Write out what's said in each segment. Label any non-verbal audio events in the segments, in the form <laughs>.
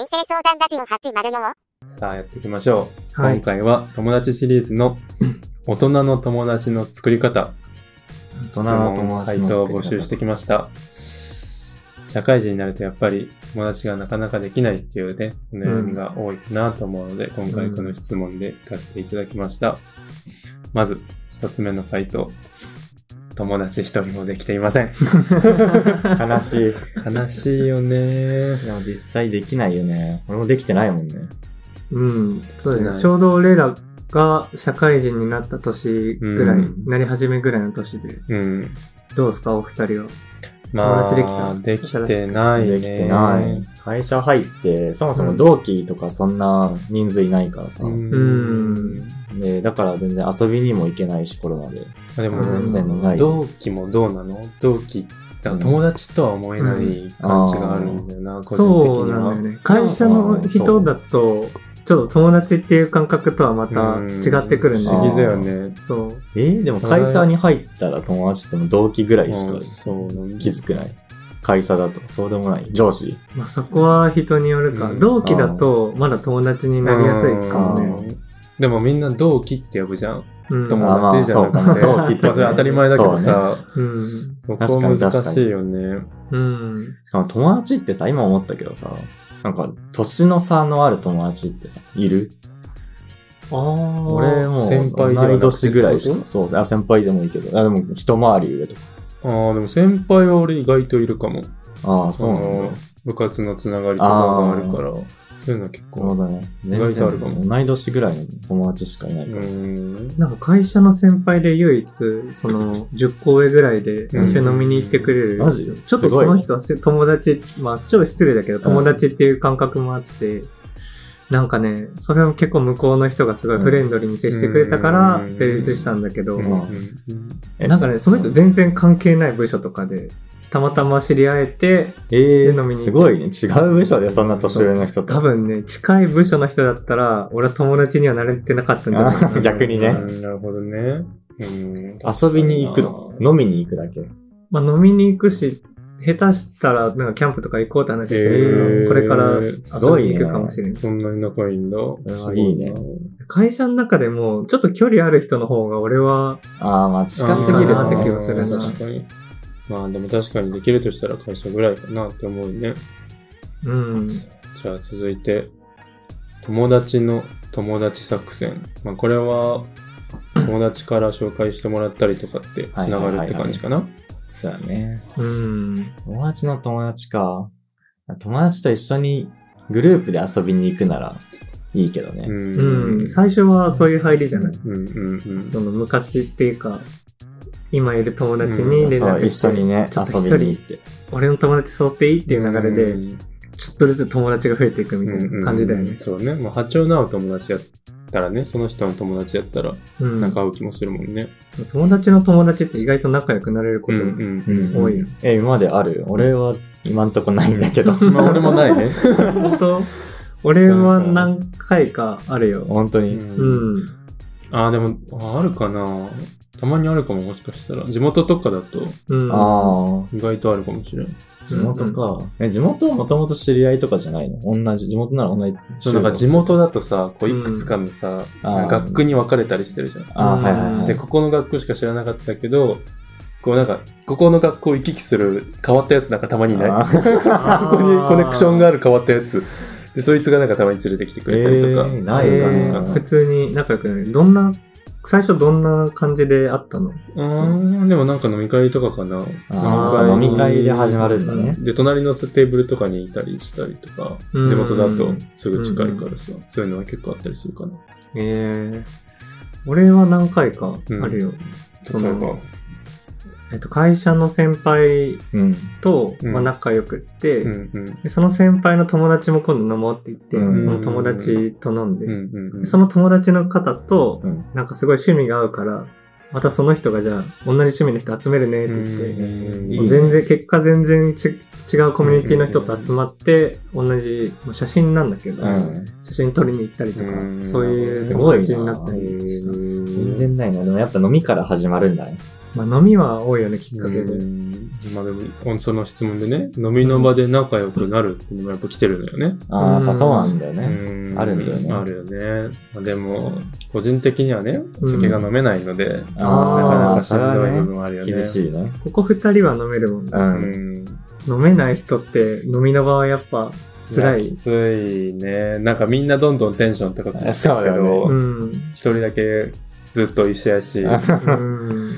ラジオ804さあやっていきましょう、はい今回は友達シリーズ <clears throat> の大人の友達の作り方大人の質問友達回の答を作り方募集してきました社会人になるとやっぱり友達がなかなかできないっていうねお悩みが多いかなと思うので、今回この質問で聞かせていただきました、まず一つ目の回答友達一人もできていません悲しい。 <laughs> 悲しいよねでも実際できないよね。俺もできてないもんね。 <laughs> うん、そうだないね。ちょうど俺らが社会人になった年ぐらうい、んなり始めぐらいの年で、うんどうですか、お二人は。ま友達あででききたてないねできてない。会社入って、そもそも同期とかそんな人数いないからさ。うん。でだから全然遊びにも行けないし、コロナで。でも、全然ない同期もどうなの同期、だから友達とは思えない感じがあるんだよな、個人的そうになは。んだよね。会社の人だと、ちょっと友達っていう感覚とはまたうん違ってくるん不だ思よ議だよね。そう。えーでも会社に入ったら友達とも同期ぐらいしうかんそうなんだ気づくない。会社だと。そうでもない。上司。まあ、そこは人によるか。うん同期だと、まだ友達になりやすいかもね。うんでもみんな同期って呼ぶじゃん。うん。友達じゃなあくまあて。そうか同期っ <laughs> てまあそれ当たり前だけどさ、うん。そ,、ねこ確かに難しいよね。うん。しかも友達ってさ、今思ったけどさ、なんか、年の差のある友達ってさ、いるああ。俺も、先輩ではなくて同い年ぐらいしってか、そうそう、あ、先輩でもいいけど、あ、でも、一回り上とか。ああ、でも先輩は俺意外といるかも。ああ、そうなあんのだ。部活のつながりとかがあるから、そういうのは結なるほ構。どね。意外全とあるかも然、同い年ぐらいの友達しかいないからさ。んなんか会社の先輩で唯一、その、10個上ぐらいで、うん一緒に飲みに行ってくれる。マジちょっとその人はせ友達、まあ、ちょっと失礼だけど、友達っていう感覚もあって、なんかね、それも結構向こうの人がすごいフレンドリーに接してくれたかうらん、成立したんだけど、うんなうんんかね、その人全然関係ない部署とかで、たまたま知り合えて、ええ飲みに行ってすごいね。違う部署でそんな年上の人と。多分ね、近い部署の人だったら、俺は友達にはなれてなかったんじゃないかあな。逆にねうんなるほどね。うん遊びに行くの。飲みに行くだけ。まあ、飲みに行くし、下手したら、なんかキャンプとか行こうって話してへーるけど、これからすご遊いびねに行くかもしれない。そんなに仲いいんだ。れはいいねすご会社の中でも、ちょっと距離ある人の方が俺は、ああ、まあな近すぎるなって気ねがするな確かに。まあでも確かにできるとしたら会社ぐらいかなって思うね。うん。じゃあ続いて、友達の友達作戦。まあこれは、友達から紹介してもらったりとかってつながるって感じかな。そうだね。うん。友達の友達か。友達と一緒にグループで遊びに行くならいいけどうね。んうん。最初はそういう入りじゃない。うんうんうんその昔っていうか、今いる友達に連そう、絡一して、緒にね、ちょっと遊一び人に行って。俺の友達誘っていいっていう流れうんで、ちょっとずつ友達が増えていくみたいな感じだようんうねん。そうね。まあ、波長の合う友達やったらね、その人の友達やったら、うん。なんか合う気もするもんね。友達の友達って意外と仲良くなれるこうんとうもんううんん多いよ。え、今まである俺は今んとこないんだけど。まあ、俺もないね。本当俺は何回かあるよ。 <laughs> 本当うに。ん、うん。ああ、でも、ああるかな。たまにあるかも、もしかしたら。地元とかだと、うん。あ意外とあるかもしれん。あ、地元か。え、地元はもともと知り合いとかじゃないの同じ、地元なら同じ。そう、なんか地元だとさ、こう、いくつかのさ、うんあー学区に分かれたりしてるじゃん。ああ、はいはいはい。で、ここの学校しか知らなかったけど、こうなんか、ここの学校行き来する変わったやつなんかたまにいない。あ <laughs> ーここにコネクションがある変わったやつ。で、そいつがなんかたまに連れてきてくれたりとか。えーないそうえう感じねかーな。普通に仲良くなる。どんな、最初どんな感じで会ったのうーん、でもなんか飲み会とかかな。あー飲み会で始まるんだね。で、隣のテーブルとかにいたりしたりとか、うん地元だとすぐ近いからさ、そういうのは結構あったりするかな。えー俺は何回かあるよ。そ例えばの、、えっと、会社の先輩うん。と、うんまあ、仲良くって、うんうん。でその先輩の友達も今度飲もうって言って、うんその友達と飲んで、うんうんうん。その友達の方と、うん。なんかすごい趣味が合うから、またその人がじゃあ、同じ趣味の人集めるねって言って、うんいいね全然、結果全然ち違うコミュニティの人と集まって、同じ、まあ写真なんだけど、うん。写真撮りに行ったりとかうん、そういうすご友いな達になったりした。全然ないな。でもやっぱ飲みから始まるんだね。まあ飲みは多いよね、きっかけうで。んまあでも、その質問でね、飲みの場で仲良くなるっていうのもやっぱ来てるんだよね。ああ、やっぱそうなんだよね。うあるんだよねあるよね。まあ、でも、個人的にはね、うん酒が飲めないので、なかなあかあ、しそんれどい部はね、分はあるよね。厳しいね。ここ二人は飲めるもんねう。。うんん。飲めない人って飲みの場はやっぱ辛やきい。ついね。なんかみんなどんどんテンション高くなってるそうけだど、ようん。一人だけずっと一緒やし、うん。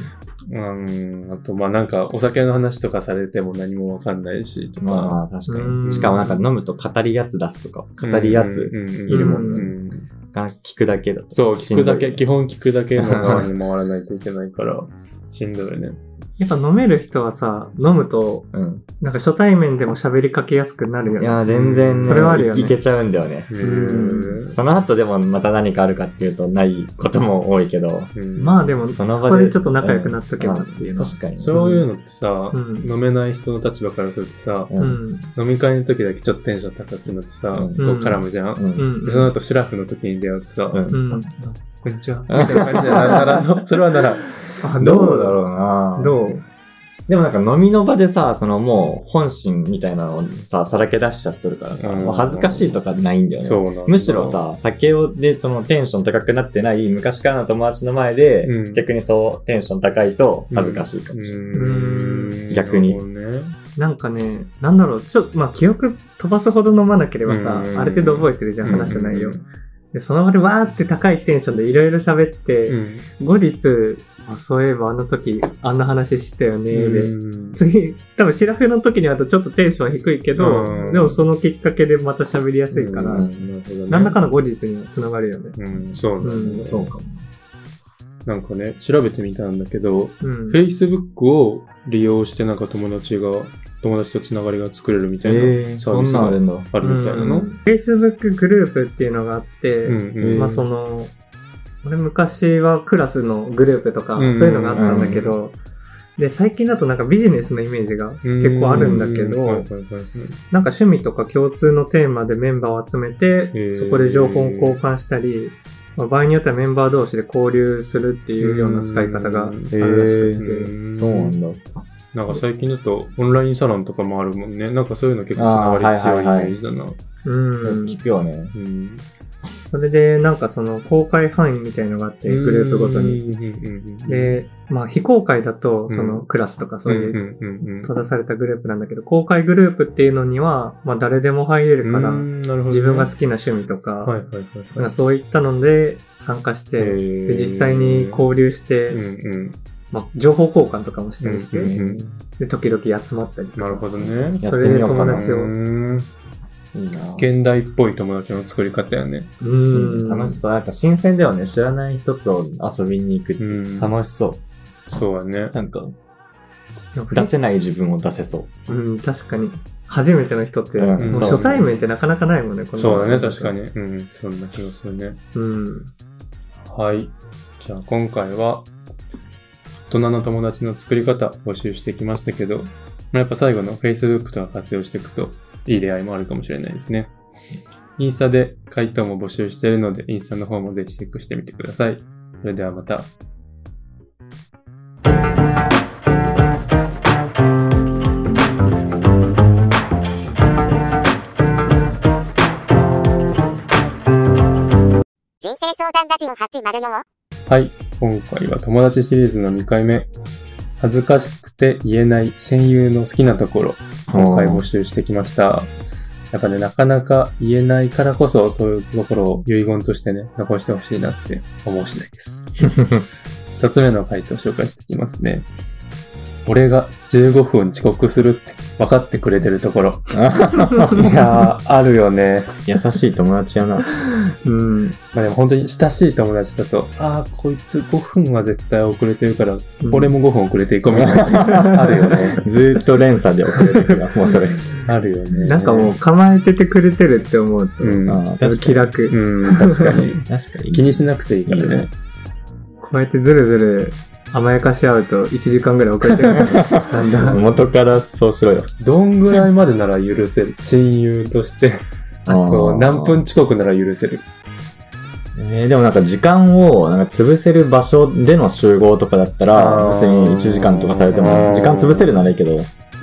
うん、あとまあなんかお酒の話とかされても何もわかんないしとか。まあ、確かうんに。しかもなんか飲むと語りやつ出すとか、語りやついるもんねが聞くだけだと。そう、し聞んくどいだけ、基本聞くだけの側に回らないといけない <laughs> から、しんどいよね。やっぱ飲める人はさ、飲むと、うん。なんか初対面でも喋りかけやすくなるよいね。やー、全然ね、それはあるよねいけちゃうんだよね。んその後でもまた何かあるかっていうとないことも多いけど。うんまあでも、そその場でこでちょっと仲良くなっとけばっていうのは。確かに。そういうのってさ、うん飲めない人の立場からするとさ、うん。うん。飲み会の時だけちょっとテンション高くなってさ、うんこう絡むじゃん。うんうんでその後、シュラフの時に出会うとさ、うんうん。こんにちは。みたいな感じでならんの <laughs> それはならん。あどうだろうなどうでもなんか飲みの場でさ、そのもう本心みたいなのをさ、さらけ出しちゃっとるからさ、うんもう恥ずかしいとかないんだよね。そうなんだむしろ、さ、酒をでそのテンション高くなってない昔からの友達の前で、うん逆にそうテンション高いと恥ずかしいかもしれない。うん逆になるほどねなんかね、なんだろう、ちょっと、まあ、記憶飛ばすほど飲まなければさう、んある程度覚えてるじゃん、話した内容う。んで、その場でわーって高いテンションでいろいろ喋って、うん後日、あ、そういえばあの時、あんな話してたよね、で。うん次、多分シラフの時にはちょっとテンションは低いけどう、んでもそのきっかけでまた喋りやすいかうらん、なるほどね何らかの後日にはつながるよね。うん、そうなんだよねうんそうかも。なんかね、調べてみたんだけど、うん。 Facebook を利用してなんか友達が、友達とつながりが作れるみたいえなー、サーそビんスなんあがるんだ。あるみたいなの。 Facebook グループっていうのがあって、うんうんまあその、俺昔はクラスのグループとか、うそうんいうのがあったんだけど、で、最近だとなんかビジネスのイメージが結構あるんだけど、はいはいはいはいなんか趣味とか共通のテーマでメンバーを集めて、ーそこで情報を交換したり、まあ、場合によってはメンバー同士で交流するっていうような使い方がうんえあるらしくてー、そうなんだ。なんか最近だとオンラインサロンとかもあるもんね。なんかそういうの結構つながり強いイメージだな。うん。聞くよね。うんそれでなんかその公開範囲みたいのがあって、グループごとに。。で、まあ非公開だと、そのクラスとかそういういう閉ざされたグループなんだけど、公開グループっていうのには、まあ誰でも入れるから、ら、自分が好ききな趣味とか、はいはいはいまはあい。そういったので参加して、でで実際に交流して、ううんうん。まあ情報交換とかもしたりして、うんうんで、時々集まったりとか。なるほどね。やそっれてみでよう友かな。達を。ういいな。現代っぽい友達の作り方やね。うんん。楽しそう。なんか新鮮だよね。知らない人と遊びに行くって。ん楽しそう。そうやね。なんか、でもフリ出せない自分を出せそう。うん、確かに。初めての人って、うんもうそう初対面ってなかなかないもんね、このそうだね、確か。に。うん、そんな気がするね。うん。はい。じゃあ今回は、大人の友達の作り方募集してきましたけど、まあやっぱ最後の Facebook とか活用していくと、いい出会いもあるかもしれないですね。インスタで回答も募集しているので、インスタの方もぜひチェックしてみてください。それではまた。人生相談ラジオ804はい。今回は友達シリーズの2回目。恥ずかしくて言えない親友の好きなところ、今回募集してきました。やっぱね、なかなか言えないからこそ、そういうところを遺言としてね、残してほしいなって思う次第です。2つ目の回答を紹介していきますね。俺が15分遅刻するって分かってくれてるとこ <laughs> ろ。いやー、あるよね。優しい友達やな。うん。まあでも本当に親しい友達だと、ああ、こいつ5分は絶対遅れてるから、うん俺も5分遅れていこうみたい <laughs> <laughs> な。あるよね。ずーっと連鎖で遅れて <laughs> るから、もうそれ。あるよね。なんかもう構えててくれてるって思うと、うん、あー多分気確楽。うん、確かに。かに。気にしなくていいからね。こうやってずるずる甘やかし合うと1時間ぐらい遅れてるからなんだ元からそうしろよ。どんぐらいまでなら許せる親友として、こう何分遅刻なら許せるえーでもなんか時間をなんか潰せる場所での集合とかだったら、あー別に1時間とかされてあーも、時間潰せるならいいけど、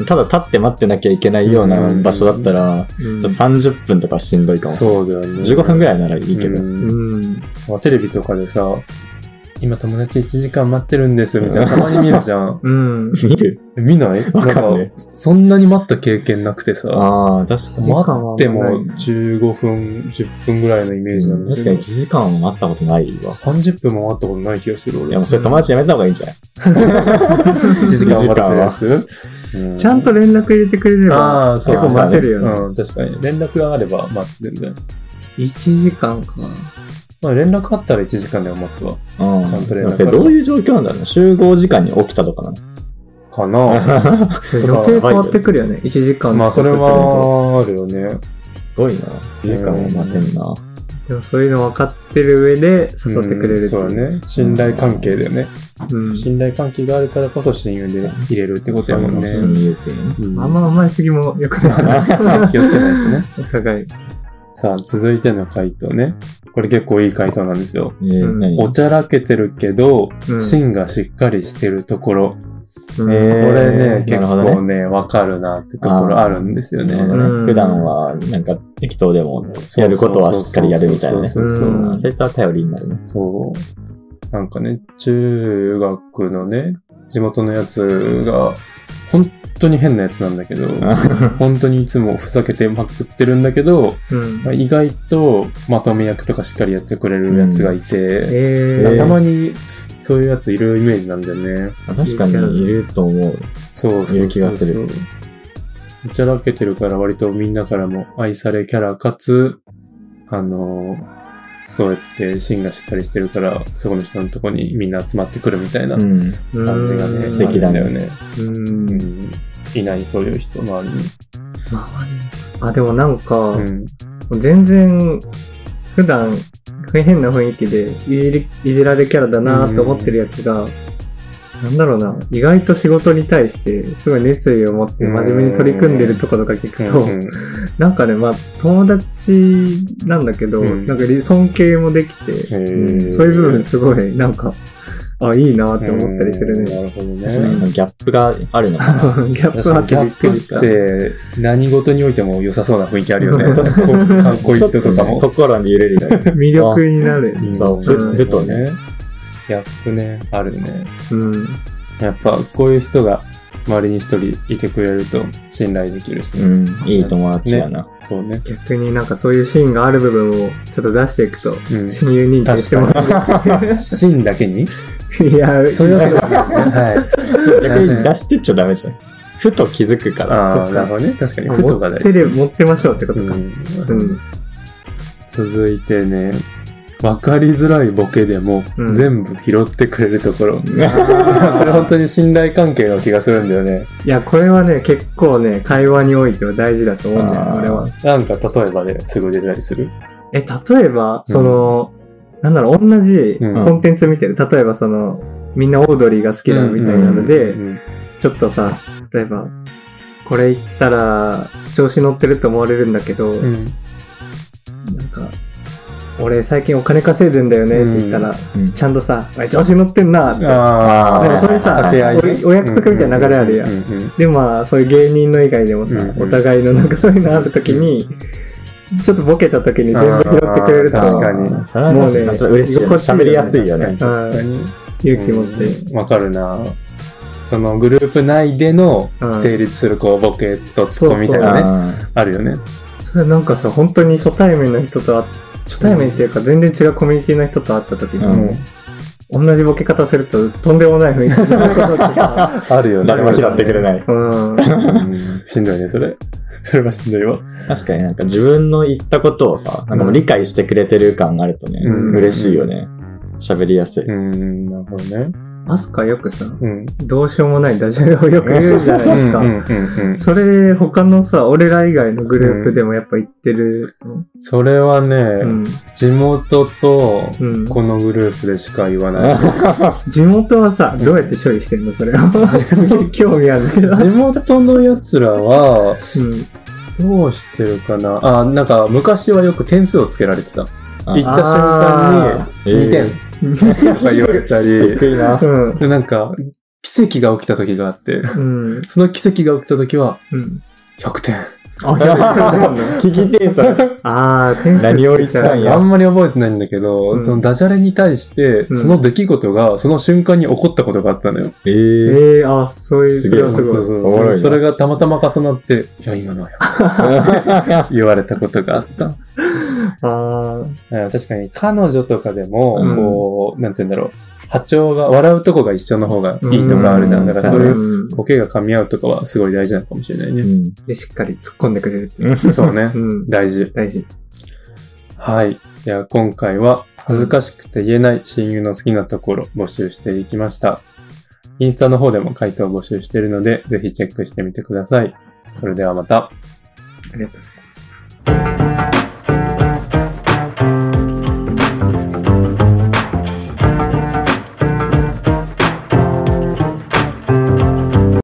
ただ立って待ってなきゃいけないような場所だったら、うんちょっと30分とかしんどいかもしれない。そうだよね。 15分ぐらいらいならいいけど。うん。。まあ、テレビとかでさ、今友達1時間待ってるんですみたいな、たまに見るじゃんうん。 <laughs> 見る見ないわかんねえそんなに待った経験なくてさ、待ああ、確かに。ま間はってもない15分、10分ぐらいのイメージなんだ確かに1時間は待ったことないわ。 30分も待ったことない気がするい俺。や、もうそれ友達やめた方がいいんじゃない1時間待たせるやつうちゃんと連絡入れてくれれば、ああ、そ結う構待てるよね。うん、確かに。連絡があれば待つ全然。 1時間か。まあ、連絡あったら1時間では待つわ。うん。ちゃんと連絡でもそれどういう状況なんだろうね。集合時間に起きたとかなかなの。す予定変わってくるよね。1時間まあ、それ遅刻するとはあるよね。ごいな。1時間も待てんな。でもそういうの分かってる上で誘ってくれるうっていんそうだ。ね。信頼関係だよね。うん信頼関係があるからこそ親友で入れるってことやもんね。親友っていうね。うんあんま甘えすぎも良くな <laughs> い。気をつけないとね。 <laughs> お互い。さあ、続いての回答ね。これ結構いい回答なんですよ。えーうん何おちゃらけてるけど、うん芯がしっかりしてるところ。うんえーこれね、な結るほどね構ね、わかるなってところあるんですよね。なるほどうん普段は、なんか、適当でも、やることはしっかりやるみたいなね。そうそうそうそううんあそいつは頼りになるね。そう。なんかね、中学のね、地元のやつが、本当に変なやつなんだけど、本当にいつもふざけてまくってるんだけど、うんまあ意外とまとめ役とかしっかりやってくれるやつがいて、えなんーかたまにそういうやついるイメージなんだよね。確かにいると思う。そうそうそうそういる気がする。おちゃらけてるから割とみんなからも愛されキャラかつ、あのそうやって芯がしっかりしてるから、そこの人のとこにみんな集まってくるみたいなう感ん。じがね、うん素敵だねあるんよね。うんうんいない、そういう人周りに。周りにあ、でもなんか、うん。全然、普段、変な雰囲気でいじり、いじられキャラだなと思ってるやつが、なんだろうな、意外と仕事に対して、すごい熱意を持って真面目に取り組んでるところとか聞くと、うんなんかね、まあ、友達なんだけど、うんなんかり尊敬もできて、へーそういう部分すごい、なんか、あ、いいなって思ったりするうんね。なるほどね。確かにそのギャップがある <laughs> のかな。ギャップあってギャびっッくプりし。ったて何事においても良さそうな雰囲気あるよね。確かにかっこいい人とかも。心に揺れるよね。魅力になる。そうふふとね。ギャップね、あるね。うん。やっぱこういう人が周りに一人いてくれると信頼できるしね、うん。いい友達やな。そうね。逆になんかそういうシーンがある部分をちょっと出していくと、うん。親友認定してもら芯だけにう。いや、そういうわけじゃ <laughs> ない。 <laughs> はい。逆に出してっちゃダメじゃん。ふと気づくから。あそあ、っかなるほどね。確かに。持ふとがっ大て事。る、持ってましょうってことうんか。うん。続いてね、わかりづらいボケでもうん全部拾ってくれるところ。 <laughs> こ <laughs> れ本い当に信頼関係の気がするんだよね。や、これはね、結構ね、会話においては大事だと思うんだよあね、ー俺は。なんか例えばですぐ出たりする。え、例えば、その、なんだろう、同じうんコンテンツ見てる。例えば、その、みんなオードリーが好きだみたいなのでう、んちょっとさ、例えば、これ言ったら、調子乗ってると思われるんだけど、うんうんなんか、俺最近お金稼いでんだよねって言ったら、うんちゃんとさ、おい調子乗ってんなって。あでもあ、そういうさ掛け合いねお、お約束みたいな流れあるやんうんうんうんで、まあ、そういう芸人の以外でもさ、うんうんお互いのなんかそういうのあるときに、ちょっとボケたときに全部拾ってくれるとあー確かにそれはももううね、ねそれ嬉しいよね。心地いいよね喋りやすいよね。確かに。勇気持って。うんわかるな。そのグループ内でのうん成立するこうボケとツッコミみたい確なかにね、あーあるよね。それなんかさ、本当に初対面の人と会っ初対面っていうか全然違うコミュニティの人と会ったときに、うん同じボケ方するととんでもない雰囲気にな <laughs> ることってさあるよね。誰も拾ってくれない。うん。うんしんどいね、それ。 <laughs> それはしんどいわ。確かになんか自分の言ったことをさ、なんかもう理解してくれてる感があるとね、うん嬉しいよね。喋りやすい。うん、なるほどね。アスカよくさ、うん。どうしようもないダジャレをよく言うじゃないですか。うんうんうんそれ、他のさ、俺ら以外のグループでもやっぱ言ってる。それはね、うん。地元とうん。このグループでしか言わない。地元はさ、どうやって処理してんのそれを。 <laughs> 興味あるけど。地元のやつらは、うん。どうしてるかなあ、なんか昔はよく点数をつけられてた。行った瞬間に、あー2点とか言われたり、得意な。うん。で、なんか、奇跡が起きた時があって、 <laughs> うん。その奇跡が起きた時は、 <laughs> うん。 100点。 <laughs> 聞き点差。 <laughs> あー、点数何を言ったんいやあんまり覚え <laughs> てないんだけど、うんそのダジャレに対してう、んその出来事が、その瞬間に起こったことがあったのよ。ええー。ー、あー、そういう、すそげえれはすごい。そうおもろいなそれがたまたま重なって、いや、今のは100言われたことがあった。あー、うん確かに、彼女とかでも、うんこう、なんて言うんだろう。波長が、笑うとこが一緒の方がいいとかあるじゃん。うんだからそういう、うんボケが噛み合うとかはすごい大事なのかもしれないね。で、しっかり突っ込んでくれるっていう。そうねう。ん。大事。大事。はい。では今回は恥ずかしくて言えない親友の好きなところ募集していきました。インスタの方でも回答を募集しているので、ぜひチェックしてみてください。それではまた。ありがとうございます。